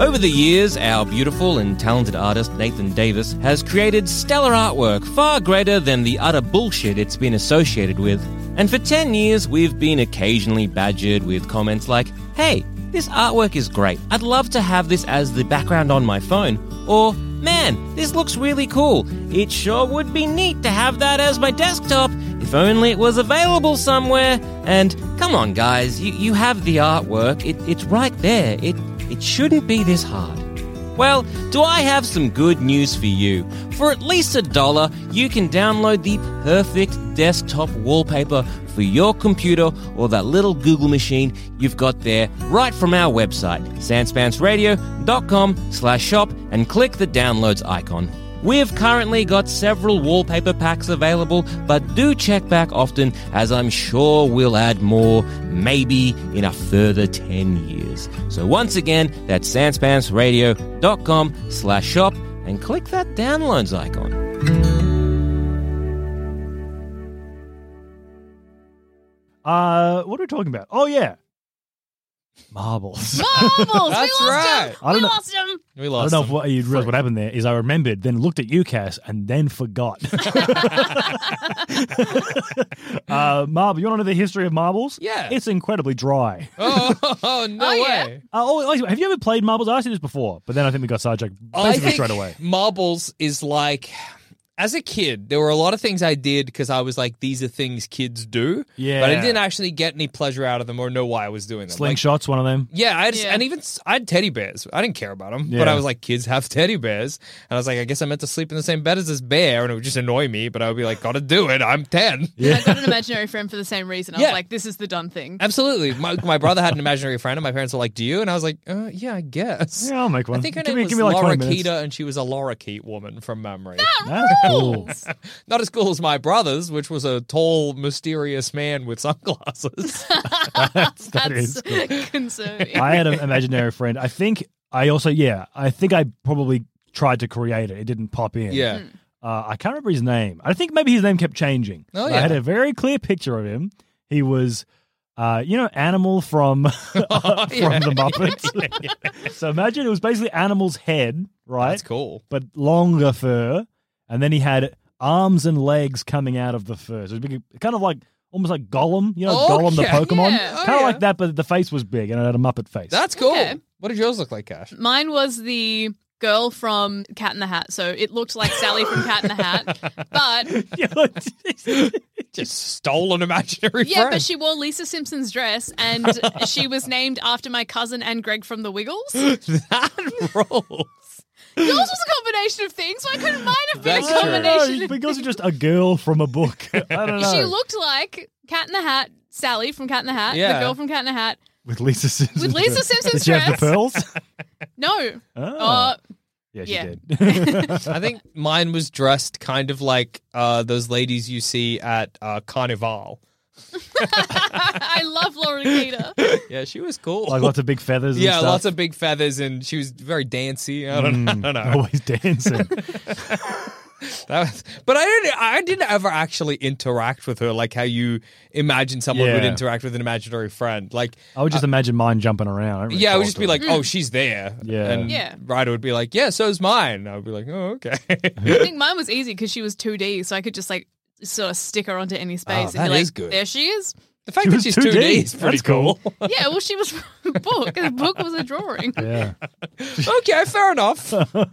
S1: Over the years, our beautiful and talented artist Nathan Davis has created stellar artwork far greater than the utter bullshit it's been associated with. And for 10 years, we've been occasionally badgered with comments like, hey, this artwork is great. I'd love to have this as the background on my phone. Or, man, this looks really cool. It sure would be neat to have that as my desktop if only it was available somewhere. And come on, guys, you, you have the artwork. It, it's right there. It it shouldn't be this hard. Well, do I have some good news for you? For at least a dollar, you can download the perfect desktop wallpaper for your computer or that little Google machine you've got there right from our website, sanspansradio.com slash shop and click the downloads icon. We've currently got several wallpaper packs available, but do check back often as I'm sure we'll add more, maybe in a further 10 years. So once again, that's sanspansradio.com slash shop and click that downloads icon.
S4: Uh, what are we talking about? Oh yeah,
S6: *laughs*
S4: marbles.
S5: Oh, Marbles.
S6: That's
S5: we lost Oh,
S6: right.
S5: him.
S4: I don't
S5: we
S4: know-
S5: lost him.
S6: We
S4: I
S6: lost.
S4: don't know if what, you realize what happened there is I remembered, then looked at you, Cass, and
S6: *laughs*
S4: then forgot. *laughs* uh, marble. You want to know the history of marbles?
S6: Yeah.
S4: It's incredibly dry.
S6: *laughs* Oh, oh, oh, no
S5: Oh, yeah.
S6: way.
S4: Uh, oh, wait, have you ever played marbles? I asked you this before, but then I think we got sidetracked
S6: I
S4: basically
S6: think
S4: straight away.
S6: Marbles is like, as a kid, there were a lot of things I did because I was like, these are things kids do.
S4: Yeah.
S6: But I didn't actually get any pleasure out of them or know why I was doing them. *laughs* Like,
S4: Slingshots, one of them.
S6: yeah, I just,
S5: Yeah.
S6: and even s- I had teddy bears. I didn't care about them, but
S4: Yeah.
S6: I was like, kids have teddy bears, and I was like, I guess I meant to sleep in the same bed as this bear, and it would just annoy me. But I would be like, gotta do it. I'm
S4: *laughs*
S6: ten.
S5: I got an imaginary friend for the same reason. I
S6: Yeah.
S5: was like, this is the
S4: *laughs*
S5: done thing.
S6: Absolutely. My, my brother had an imaginary friend, and my parents were like, "Do you?" And I was like, uh, "Yeah, I guess."
S4: Yeah, I'll make one.
S6: I think her
S4: Give
S6: name
S4: me-
S6: was
S4: give me, like, 20
S6: Laura
S4: minutes.
S6: Keita, and she was a Laura Keat woman from memory.
S4: That's cool. *laughs*
S6: Not as cool as my brother's, which was a tall, mysterious man with
S5: *laughs*
S6: sunglasses.
S4: That is
S5: That's
S4: cool.
S5: *laughs* concerning.
S4: I had an imaginary friend. I think I also, yeah, I think I probably tried to create it. It didn't pop in.
S6: yeah.
S4: Uh, I can't remember his name. I think maybe his name kept changing.
S6: Oh,
S4: I had
S6: yeah.
S4: a very clear picture of him. He was, uh, you know,
S6: *laughs*
S4: animal from *laughs* from
S6: Oh, yeah.
S4: the
S6: *laughs*
S4: Muppets. so imagine it was basically animal's head, right?
S6: That's cool.
S4: But longer fur, and then he had arms and legs coming out of the fur. So it was big, kind of like almost like Gollum, you know, Gollum the
S6: Okay.
S4: Pokemon,
S5: Yeah.
S6: Oh,
S4: kind of
S6: yeah.
S4: like that, but the face was big, and it had a Muppet face. *laughs*
S6: That's cool.
S5: Okay.
S6: What did yours look like, Cash?
S5: Mine was the girl from Cat in the Hat. So it looked like Sally from Cat in
S4: *laughs*
S5: the Hat. But
S6: Just stolen imaginary
S5: yeah,
S6: friend.
S5: but she wore Lisa Simpson's dress and she was named after my cousin and Greg from The Wiggles.
S6: *laughs*
S5: Yours
S6: that rules.
S5: was a combination of things. Why couldn't mine have been
S6: That's
S5: a
S6: true.
S5: combination
S4: No,
S5: of
S4: because it's just a girl from a book.
S6: *laughs*
S4: I don't know.
S5: She looked like Cat in the Hat, Sally from Cat in the Hat,
S6: Yeah.
S5: the girl from Cat in the Hat.
S4: with Lisa Simpson.
S5: With Lisa
S4: Did
S5: Simpson's
S4: she have the
S5: dress.
S6: *laughs*
S4: pearls?
S5: No.
S4: Oh.
S5: Uh, *laughs*
S4: yeah, she
S5: yeah.
S4: did. *laughs*
S6: I think mine was dressed kind of like uh, those ladies you see at uh, Carnival.
S5: I love Laura Keita.
S6: Yeah, she was cool.
S4: like lots of big feathers. And
S6: yeah,
S4: stuff.
S6: lots of *laughs* big feathers, and she was very dancey. I don't, know. I don't know.
S4: Mm. always dancing.
S6: *laughs* That was, but I didn't. I didn't ever actually interact with her like how you imagine someone would
S4: Yeah.
S6: interact with an imaginary friend. Like,
S4: I would just imagine mine jumping around. I don't really
S6: Uh, yeah, I would
S4: talk
S6: just
S4: to
S6: be
S4: her.
S6: like, "Oh, she's there."
S4: Yeah.
S6: and
S5: Yeah.
S6: Ryder would be like, "Yeah, so's mine." I would be like, "Oh, okay." *laughs*
S5: I think mine was easy because she was 2D, so I could just like sort of stick her onto any space. and
S6: Oh, that
S5: be like,
S6: is good.
S5: There she is.
S6: the fact
S4: She
S6: that
S4: was
S6: she's
S4: 2D,
S6: two D is pretty
S4: that's cool.
S6: cool.
S5: Yeah, well, she was *laughs* from a book. The book was a drawing.
S4: yeah, *laughs*
S6: okay, fair enough. uh,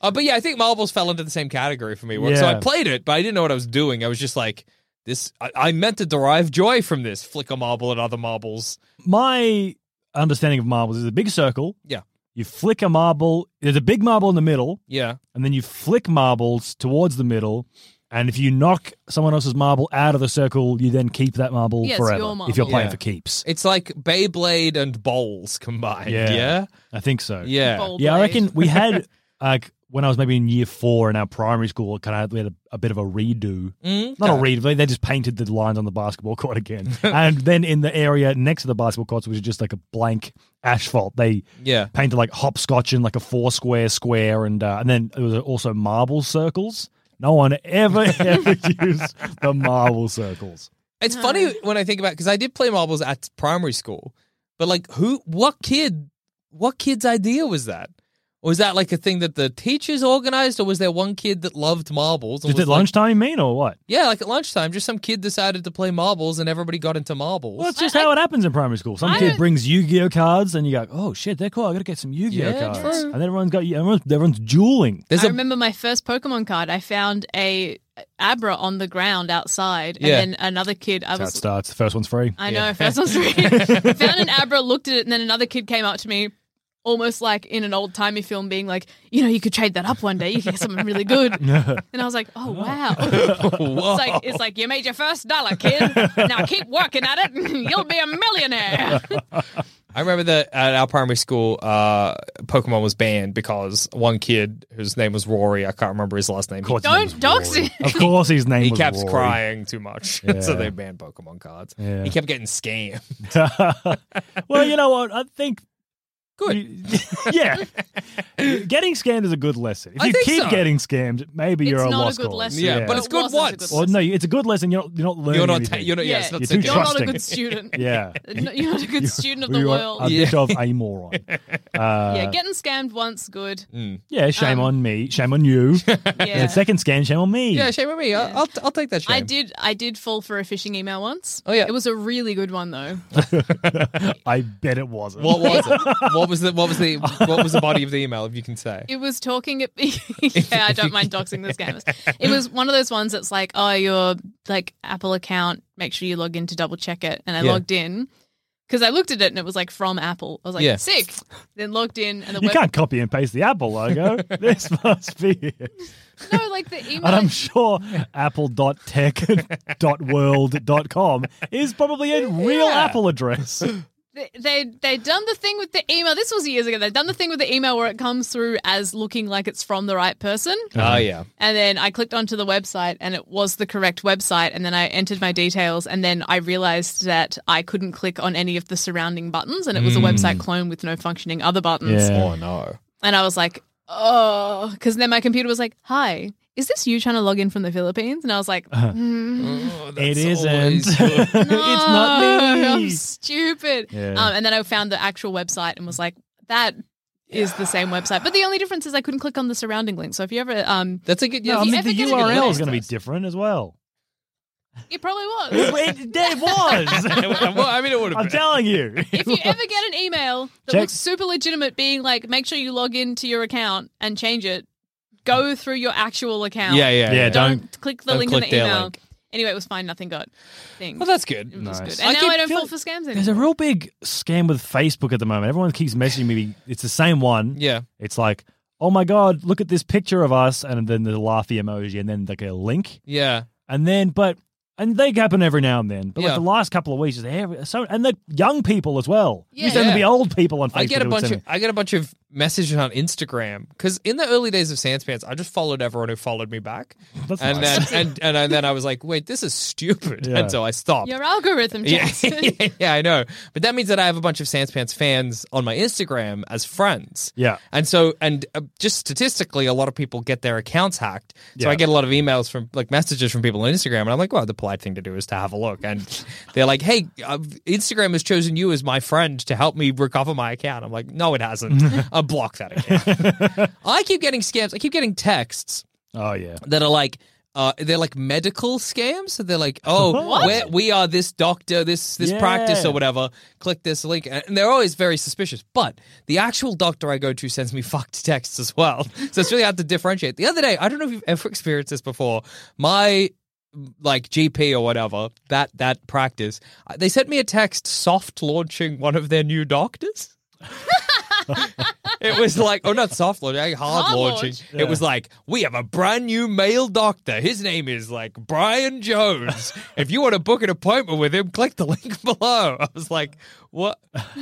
S6: but yeah, I think marbles fell into the same category for me. where- So
S4: Yeah.
S6: I played it, but I didn't know what I was doing. I was just like, "This." I, I meant to derive joy from this. Flick a marble at other marbles.
S4: my understanding of marbles is a big circle.
S6: Yeah.
S4: you flick a marble. There's a big marble in the middle,
S6: Yeah.
S4: and then you flick marbles towards the middle. And if you knock someone else's marble out of the circle, you then keep that marble
S5: Yeah, it's
S4: forever.
S5: your
S4: If you're
S5: marble.
S4: playing
S6: Yeah.
S4: for keeps,
S6: It's like Beyblade and bowls combined.
S4: Yeah.
S6: Yeah.
S4: I think so.
S6: Yeah.
S5: Bold
S4: Yeah, I
S5: blade.
S4: reckon
S6: *laughs*
S4: we had like when I was maybe in year four in our primary school, kind of we had a, a bit of a redo.
S6: Mm.
S4: Not a redo, they- they just painted the lines on the basketball *laughs*
S6: *laughs*
S4: court again, and then in the area next to the basketball courts was just like a blank asphalt. They
S6: Yeah.
S4: painted like hopscotch and like a four square square, and uh, and then there was also marble circles. No one ever *laughs*
S6: *laughs*
S4: ever used the marble circles.
S6: It's funny when I think about because I did play marbles at primary school, but like who, what kid, what kid's idea was that? Was that like a thing that the teachers organized, or was there one kid that loved marbles? and
S4: Just
S6: was
S4: at
S6: like-
S4: lunchtime, you mean, or what?
S6: Yeah, like at lunchtime, just some kid decided to play marbles, and everybody got into marbles.
S4: Well, that's just how it happens in primary school. Some
S5: I
S4: kid
S5: don't-
S4: brings Yu-Gi-Oh cards, and you go, "Oh shit, they're cool. I gotta get some Yu-Gi-Oh
S6: Yeah,
S4: cards."
S6: true.
S4: And everyone's got everyone's, everyone's dueling.
S6: There's
S5: I
S6: a
S5: remember my first Pokemon card. I found a Abra on the ground outside,
S6: Yeah.
S5: and then another kid. I
S4: That's how it
S5: was.
S4: starts. The first one's free.
S5: I
S6: Yeah.
S5: know. First one's three.
S4: *laughs*
S5: found an Abra, looked at it, and then another kid came up to me, almost like in an old timey film, being like, "You know, you could trade that up one day. You could get something
S4: *laughs*
S5: really good." and I was like, "Oh wow!"
S6: Whoa.
S5: It's like it's like
S4: *laughs*
S5: you made your first dollar, kid. Now keep working at it, and you'll be a millionaire.
S6: I remember that at our primary school, uh, Pokemon was banned because one kid whose name was Rory, I can't remember his last name.
S4: course his Don't name was dox Rory. him. Of course his name
S6: He
S4: was
S6: kept
S4: Rory.
S6: crying too much, *laughs* so
S4: Yeah.
S6: they banned Pokemon cards.
S4: Yeah.
S6: He kept getting scammed.
S4: *laughs*
S6: *laughs*
S4: well, you know what? I think. Good. *laughs* yeah. getting scammed is a good lesson. If
S6: I
S4: you
S6: think
S4: keep
S6: so.
S4: getting scammed, maybe you're a
S5: not a
S4: lost
S5: good
S4: cause.
S5: lesson,
S6: Yeah, but it's good
S5: wasn't a good
S6: once.
S4: Well, no, it's a good lesson. You're not, you're not learning.
S6: You're not ta-
S4: anything.
S6: you're not- yeah, it's not
S4: you're
S6: sticking.
S4: too
S5: You're not a
S4: trusting.
S5: good student.
S4: *laughs* yeah.
S5: No, You're not *laughs* a
S6: *laughs*
S5: good student of the
S4: You're
S5: world.
S4: A
S5: Yeah.
S4: bit of a moron. Uh, yeah,
S5: getting scammed once, good.
S4: shame
S5: Um,
S4: on me. Shame
S6: *laughs*
S4: on you.
S5: Yeah.
S4: And second scam, shame on me.
S6: Yeah, shame on me. I'll, I'll, I'll take that shame.
S5: I did. I did fall for a phishing email once.
S6: Oh, yeah.
S5: it was a really good one though.
S4: I bet it wasn't.
S6: What was
S5: *laughs*
S6: it? What was the what was the what was the body of the email? If you can say.
S5: It was talking. *laughs* yeah, I don't mind doxing the scammers. It was one of those ones that's like, oh, your like Apple account. Make sure you log in to double check it. And I
S6: Yeah.
S5: logged in because I looked at it and it was like from Apple. I was like,
S4: Yeah.
S5: sick. Then logged in and the
S4: You
S5: web-
S4: can't copy and paste the Apple
S6: *laughs*
S4: logo. this must be it.
S5: no, like the email.
S4: And I'm sure apple.tech.world.com is probably a real
S5: Yeah.
S6: *laughs*
S4: Apple address.
S5: they they they done the thing with the email. This was years ago. They've done the thing with the email where it comes through as looking like it's from the right person.
S4: Uh-huh.
S6: Oh yeah.
S5: And then I clicked onto the website and it was the correct website. And then I entered my details and then I realized that I couldn't click on any of the surrounding buttons and it was a
S6: Mm.
S5: website clone with no functioning other buttons.
S4: Hmm. Yeah.
S6: Oh no.
S5: And I was like, oh, because then my computer was like, hi, is this you trying to log in from the Philippines? And I was like, hmm.
S4: it isn't.
S6: Oh, always
S4: Uh, *laughs* it's not
S5: No,
S4: me.
S5: I'm stupid.
S4: Yeah.
S5: Um, and then I found the actual website and was like, that is the same website. But the only difference is I couldn't click on the surrounding link. So if you ever, um,
S6: That's a good.
S4: No, I
S5: if you
S4: mean,
S5: ever
S4: the
S5: get a
S4: URL is
S5: list-
S4: going to be different as well.
S5: It probably was.
S4: it, it- there
S6: *laughs*
S4: was.
S6: well, I mean, it would have
S4: I'm
S6: been.
S4: telling you.
S6: *laughs*
S5: if you ever get an email that
S4: Check.
S5: looks super legitimate, being like, make sure you log into your account and change it, go through your actual account.
S6: Yeah, yeah,
S4: Yeah,
S6: yeah.
S4: don't-
S5: click the
S6: Don't
S5: link
S6: click
S5: in the
S6: their
S5: email.
S6: link.
S5: Anyway, it was fine. Nothing got things.
S6: Well, that's good.
S5: it
S4: Nice.
S5: was good. And
S6: I
S5: now
S6: keep
S5: I don't fall
S6: feeling-
S5: for scams anymore.
S4: There's a real big scam with Facebook at the moment. Everyone keeps messaging me. It's the same one.
S6: Yeah.
S4: It's like, oh my God, look at this picture of us. And then the laughy emoji and then like a link.
S6: Yeah.
S4: And then, but, and they happen every now and then. But
S6: Yeah.
S4: like the last couple of weeks, is every, so, and the young people as well.
S5: Yeah.
S4: You tend to be old people on Facebook.
S6: I get a
S4: who would
S6: bunch
S4: send
S6: of I get a bunch of messages on Instagram because in the early days of Sanspants, I just followed everyone who followed me back,
S4: me- That's
S6: and
S4: nice.
S6: then and, and I- then I was like, wait, this is stupid,
S4: *laughs* Yeah.
S6: and so I stopped.
S5: Your algorithm
S6: yeah, *laughs*
S5: checks.
S6: yeah, yeah, I know, but that means that I have a bunch of Sanspants fans on my Instagram as friends. *laughs*
S4: Yeah.
S6: and so and uh, just statistically, a lot of people get their accounts hacked. So
S4: Yeah.
S6: I get a lot of emails from like messages from people on Instagram, and I'm like, well, the polite thing to do is to have a look, and *laughs* they're like, hey, uh, Instagram has chosen you as my friend to help me recover my account. I'm like, no, it
S4: *laughs*
S6: hasn't. I block that account. I keep getting scams. I keep getting texts
S4: oh, yeah.
S6: that are like uh, they're like medical scams. So they're like,
S4: *laughs*
S6: oh, we're, we are this doctor, this this
S4: Yeah.
S6: practice or whatever. Click this link, and they're always very suspicious. But the actual doctor I go to sends me *laughs* fucked texts as well, so it's really hard to differentiate. The other day, I don't know if you've ever experienced this before. My like GP or whatever that that practice, uh, they sent me a text soft launching one of their new doctors. *laughs* It was like, oh, not soft launching, hard,
S5: Hard launch.
S6: launching. It was like, we have a brand new male doctor. His name is like Brian Jones. if you want to book an appointment with him, click the link *laughs* below. I was like, what?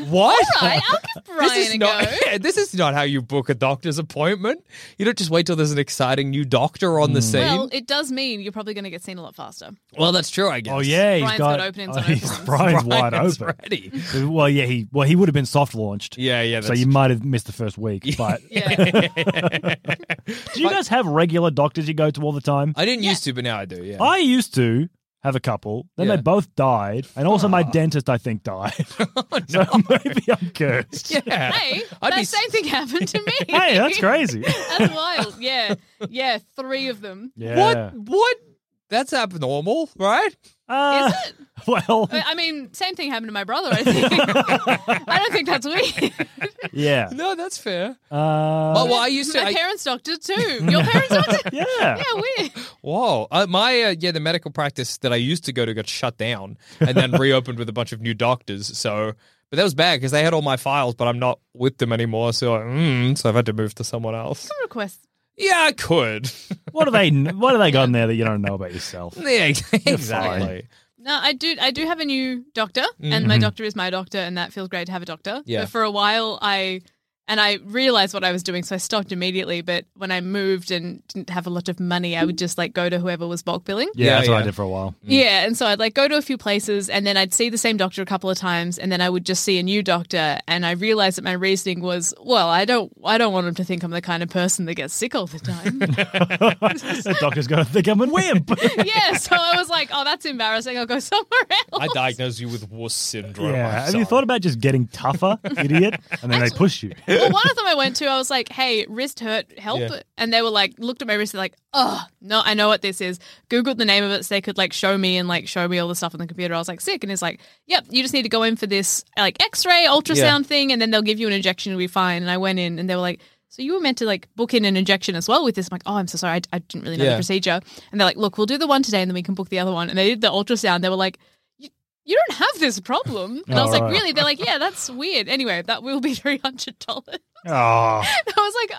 S6: What?
S5: All right, I'll give Brian
S6: *laughs* This is
S5: a
S6: not. *laughs*
S5: go.
S6: yeah, this is not how you book a doctor's appointment. You don't just wait till there's an exciting new doctor on the scene.
S5: Well,
S6: Well,
S5: it does mean you're probably going to get seen a lot faster.
S6: that's true, I guess.
S4: Oh,
S6: *laughs*
S4: yeah. he's
S5: Brian's
S4: got,
S5: got
S4: *laughs*
S5: openings
S4: oh,
S5: on
S4: he's-
S5: openings.
S4: Brian's wide
S6: Brian's
S4: open.
S6: Ready.
S4: Well, yeah, he well he would have been soft launched.
S6: Yeah, yeah. That's
S4: So you
S6: true.
S4: might have missed the
S6: *laughs*
S4: first week, but
S5: Yeah.
S4: do you guys have regular doctors you go to all the time?
S6: I didn't used to, but now I do. Yeah.
S4: I used to have a couple. Then
S6: Yeah.
S4: they both died, and also my dentist, I
S6: *laughs*
S4: think, died. *laughs* So maybe I'm cursed.
S6: Oh, yeah.
S5: *laughs* hey,
S6: I'd
S5: that
S6: be-
S5: same thing happened
S6: *laughs*
S5: to me.
S4: Hey, that's crazy.
S5: that's wild. Yeah. Yeah. Three of them.
S4: Yeah.
S6: What? What? That's abnormal, right?
S4: Uh, *laughs*
S5: Is it?
S4: Well,
S6: Uh,
S5: I I mean, same thing happened to my brother. I think. *laughs* I don't think that's weird.
S4: yeah.
S6: No, that's fair.
S4: Uh,
S6: Oh, well, I used to.
S5: My
S6: I,
S5: parents' doctor too. Your
S6: *laughs*
S5: parents' doctor.
S4: yeah.
S5: Yeah, weird.
S6: whoa, uh, my uh, yeah, the medical practice that I used to go to got shut down and
S4: *laughs*
S6: then reopened with a bunch of new doctors. So, but that was bad because they had all my files, but I'm not with them anymore. So, mm, so I've had to move to someone else.
S5: Request.
S6: Yeah, I could. *laughs*
S4: What do they? What do they got in there that you don't know about yourself?
S6: yeah, exactly.
S5: No, I do. I do have a new doctor, and my
S6: Mhm.
S5: doctor is my doctor, and that feels great to have a doctor.
S6: Yeah.
S5: But for a while, I and I realized what I was doing, so I stopped immediately. But when I moved and didn't have a lot of money, I would just like go to whoever was bulk billing.
S4: Yeah,
S6: Yeah,
S4: that's what I
S6: yeah.
S4: did for
S6: *laughs*
S4: a while.
S5: Yeah, and so I'd like go to a few places and then I'd see the same doctor a couple of times and then I would just see a new doctor and I realized that my reasoning was, well, I don't I don't want him to think I'm the kind of person that gets sick all the time.
S4: the doctor's going to think I'm
S6: *laughs*
S4: a wimp.
S5: yeah, so I was like, oh, that's embarrassing. I'll go somewhere else.
S4: *laughs*
S6: I diagnosed you with wuss syndrome.
S4: yeah.
S6: I'm
S4: Have you
S6: sorry.
S4: thought about just getting tougher, idiot? And then they
S6: *laughs*
S4: push you. *laughs*
S5: well, one of them I went to, I was like, "Hey, wrist hurt, help!"
S4: Yeah.
S5: And they were like, looked at my wrist, they're like, "Oh, no, I know what this is." Googled the name of it so they could like show me and like show me all the stuff on the computer. I was like, "Sick," and it's like, "Yep, you just need to go in for this like X-ray, ultrasound
S8: Yeah.
S5: thing, and then they'll give you an injection. You'll be fine." And I went in, and they were like. So you were meant to like book in an injection as well with this. I'm like, oh, I'm so sorry, I, I didn't really know
S8: Yeah.
S5: the procedure. And they're like, look, we'll do the one today, and then we can book the other one. And they did the ultrasound. They were like, you don't have this problem. And I was
S4: Oh,
S5: like,
S4: right.
S5: really? They're like, yeah, that's weird. Anyway, that will be *laughs* three hundred dollars.
S4: Oh,
S5: I was like,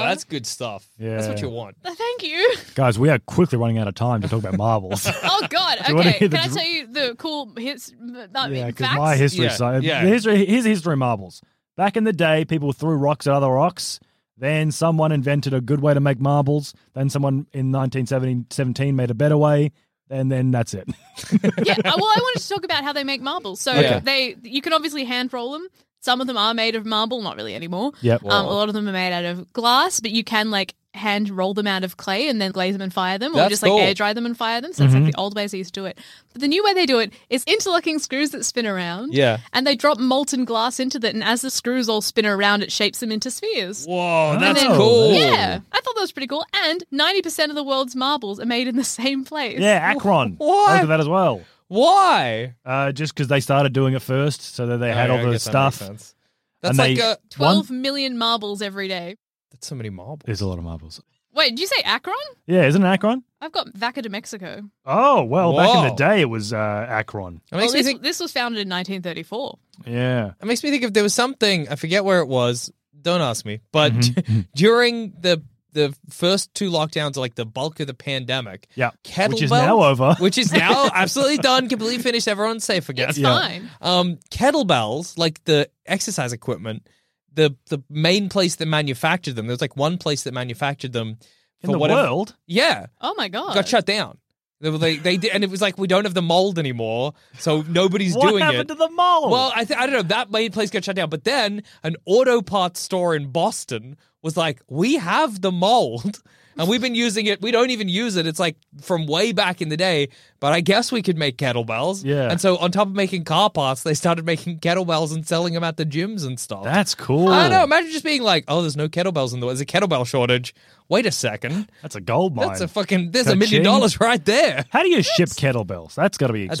S6: Oh, that's good stuff. That's what
S4: Yeah.
S6: you want.
S4: *laughs*
S5: thank you.
S4: guys, we are quickly running out of time to talk
S6: *laughs*
S4: about marbles.
S5: Oh God,
S4: Do you wanna
S5: okay.
S4: hear
S5: Can
S4: the
S5: I
S4: dr-
S5: tell you the cool his? I mean,
S4: yeah, because
S5: facts?
S4: my *laughs* history
S6: Yeah,
S4: side,
S6: yeah.
S4: the history, here's the history of marbles. Back in the day, people threw rocks at other rocks. Then someone invented a good way to make marbles. Then someone in 1917 made a better way, and then that's
S5: *laughs*
S4: it.
S5: yeah. uh, Well, I wanted to talk about how they make marbles. So
S4: Okay.
S5: they, you can obviously hand roll them. Some of them are made of marble, not really anymore.
S4: Yep.
S5: Um, a lot of them are made out of glass, but you can like hand roll them out of clay and then glaze them and fire them, or
S6: That's
S5: just like
S6: cool.
S5: air dry them and fire them. So it's
S6: Mhm.
S4: Mm-hmm.
S5: like the old ways they used to do it. But the new way they do it is interlocking screws that spin around.
S6: Yeah.
S5: And they drop molten glass into that, and as the screws all spin around, it shapes them into spheres.
S6: Whoa,
S5: And
S6: that's
S5: then-
S6: cool.
S5: Yeah, I thought that was pretty cool. And ninety percent of the world's marbles are made in the same place.
S4: Yeah, Akron.
S5: *laughs* What?
S4: Onto that as well.
S6: Why?
S4: Uh, just because they started doing it first, so that they had
S6: Oh, yeah,
S4: all
S6: I
S4: the
S6: guess that
S4: stuff.
S6: makes sense.
S4: And
S6: That's like
S4: they-
S6: a
S5: Twelve million marbles every day.
S6: That's so many marbles.
S4: There's a lot of marbles.
S5: Wait, did you say Akron?
S4: Yeah, isn't it Akron?
S5: I've got Vaca de Mexico.
S4: Oh well, back in the
S6: Whoa.
S4: day it was uh, Akron.
S5: Well, Oh, this, this was founded in 1934.
S4: Yeah.
S6: It makes me think if there was something I forget where it was. Don't ask me. But
S4: Mm-hmm.
S6: *laughs* during the the first two lockdowns, like the bulk of the pandemic,
S4: Yeah,
S6: kettlebell,
S4: which is now over.
S6: *laughs* which is
S4: *laughs*
S6: now absolutely done, completely finished. Everyone's safe again.
S5: It's Yeah. fine.
S6: Um, kettlebells, like the exercise equipment, the the main place that manufactured them. There's like one place that manufactured them
S4: In
S6: for
S4: the
S6: whatever-
S4: world?
S6: Yeah,
S5: Oh my god!
S6: got shut down. They, were- they, they did, and it was like we don't have the mold anymore, so nobody's
S4: what
S6: doing
S4: happened
S6: it.
S4: to the mall?
S6: Well, I, th- I don't know. That main place got shut down. But then an auto parts store in Boston was like, we have the mold *laughs* and we've been using it. We don't even use it. It's like from way back in the day, but I guess we could make kettlebells.
S4: Yeah.
S6: And so on top of making car parts, they started making kettlebells and selling them at the gyms and stuff.
S4: that's cool.
S6: I don't know. Imagine just being like, oh, there's no kettlebells in the world. There's a kettlebell shortage. Wait a second.
S4: That's a gold mine.
S6: That's a fucking, there's a
S4: Ka-ching.
S6: million dollars right there.
S4: How do you ship kettlebells? That's got to be
S6: That's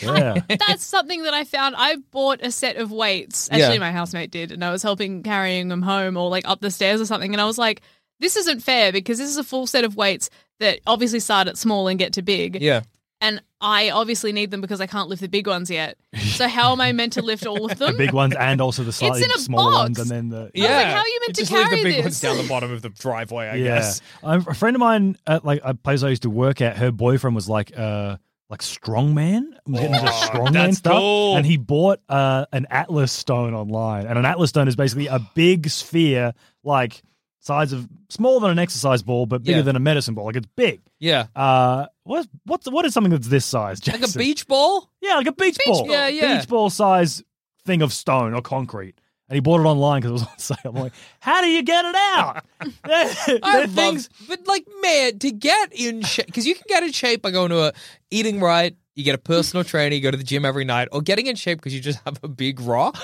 S6: *laughs* heavy.
S4: Yeah.
S5: *laughs* That's something that I found. I bought a set of weights.
S4: Yeah.
S5: Actually, my housemate did, and I was helping carrying them home or like up the stairs or something. And I was like, "This isn't fair because this is a full set of weights that obviously start at small and get to big."
S6: Yeah.
S5: And I obviously need them because I can't lift the big ones yet. So how am I meant to lift all of
S4: *laughs* the
S5: them?
S4: big ones and also the slightly
S5: in a
S4: small ones,
S5: box.
S4: and then
S6: Oh,
S4: the
S5: I was like, how are you meant to
S6: just
S5: carry
S6: leave the big
S5: this?
S6: ones down the bottom of the driveway, I
S4: yeah.
S6: guess.
S4: I'm, a friend of mine at like a place I used to work at, her boyfriend was like uh like strongman, was getting into
S6: Oh,
S4: strongman
S6: that's
S4: stuff,
S6: cool.
S4: and he bought uh, an atlas stone online, and an atlas stone is basically a big sphere, like size of smaller than an exercise ball, but bigger
S6: Yeah.
S4: than a medicine ball. Like it's big.
S6: Yeah.
S4: Uh, what what's what is something that's this size? Jackson?
S6: Like a beach ball?
S4: Yeah, like a beach, ball.
S6: Yeah, yeah.
S4: Beach ball size thing of stone or concrete. And he bought it online because it was on *laughs* sale. I'm like, how do you get it out? *laughs*
S6: I
S4: They're
S6: love, but like, man, to get in shape because you can get in shape by going to a eating right. You get a personal trainer. You go to the gym every night, or getting in shape because you just have a big
S4: *laughs*
S6: rock.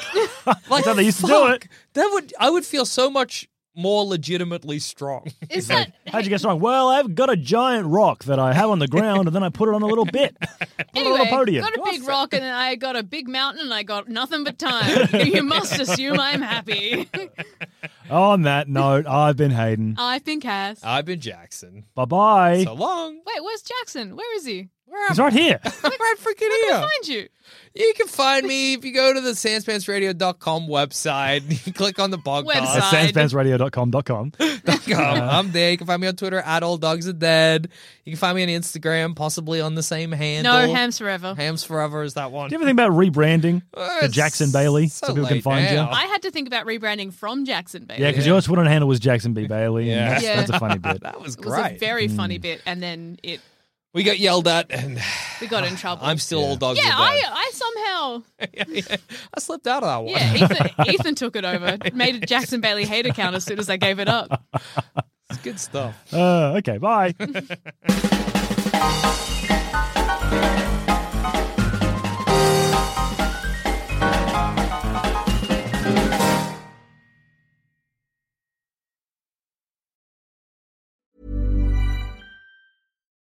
S6: like
S4: how they used to do it.
S6: That would I would feel so much more legitimately strong.
S5: Is
S4: that how'd you get strong? Well, I've got a giant rock that I have on the ground, and then I put it on a little bit, put it on
S5: Anyway,
S4: a podium.
S5: got a big rock and then I got a big mountain and I got nothing
S4: *laughs*
S5: but time. you must assume I'm happy. *laughs*
S4: on that note, I've been Hayden. Uh,
S5: I've been Cass.
S6: I've been Jackson.
S4: Bye bye.
S6: So long.
S5: Wait, where's Jackson? Where is he?
S4: He's right here.
S6: right freaking here.
S5: find you?
S6: You can find me if you go to the sanspansradio.com website, *laughs* you click on the podcast.
S4: That's
S6: *laughs* Come,
S4: sanspansradio.com.com.
S6: Um, I'm there. You can find me on Twitter at All Dogs Are Dead. You can find me on Instagram, possibly on the same handle.
S5: No, Hams Forever.
S6: Hams Forever is that one.
S4: Do you ever think about rebranding
S6: Uh,
S4: to Jackson Bailey so, people can
S6: late
S4: find
S6: now.
S4: you?
S5: I had to think about rebranding from Jackson Bailey.
S4: Yeah, because your Twitter handle was Jackson B. Bailey.
S6: *laughs*
S4: And
S6: Yeah.
S4: That's,
S5: Yeah.
S4: that's a funny bit.
S6: That was
S5: it was a
S6: great.
S5: very funny bit, and then it
S6: we got yelled at, and *sighs*
S5: we got in trouble.
S6: I'm still All Dogs
S5: yeah,
S6: Are
S5: I,
S6: Dead.
S5: I somehow
S6: *laughs* I slipped out of that one.
S5: yeah Ethan, Ethan took it over, made a Jackson Bailey hate account as soon as I gave it up.
S6: It's good stuff.
S4: Uh, okay, bye.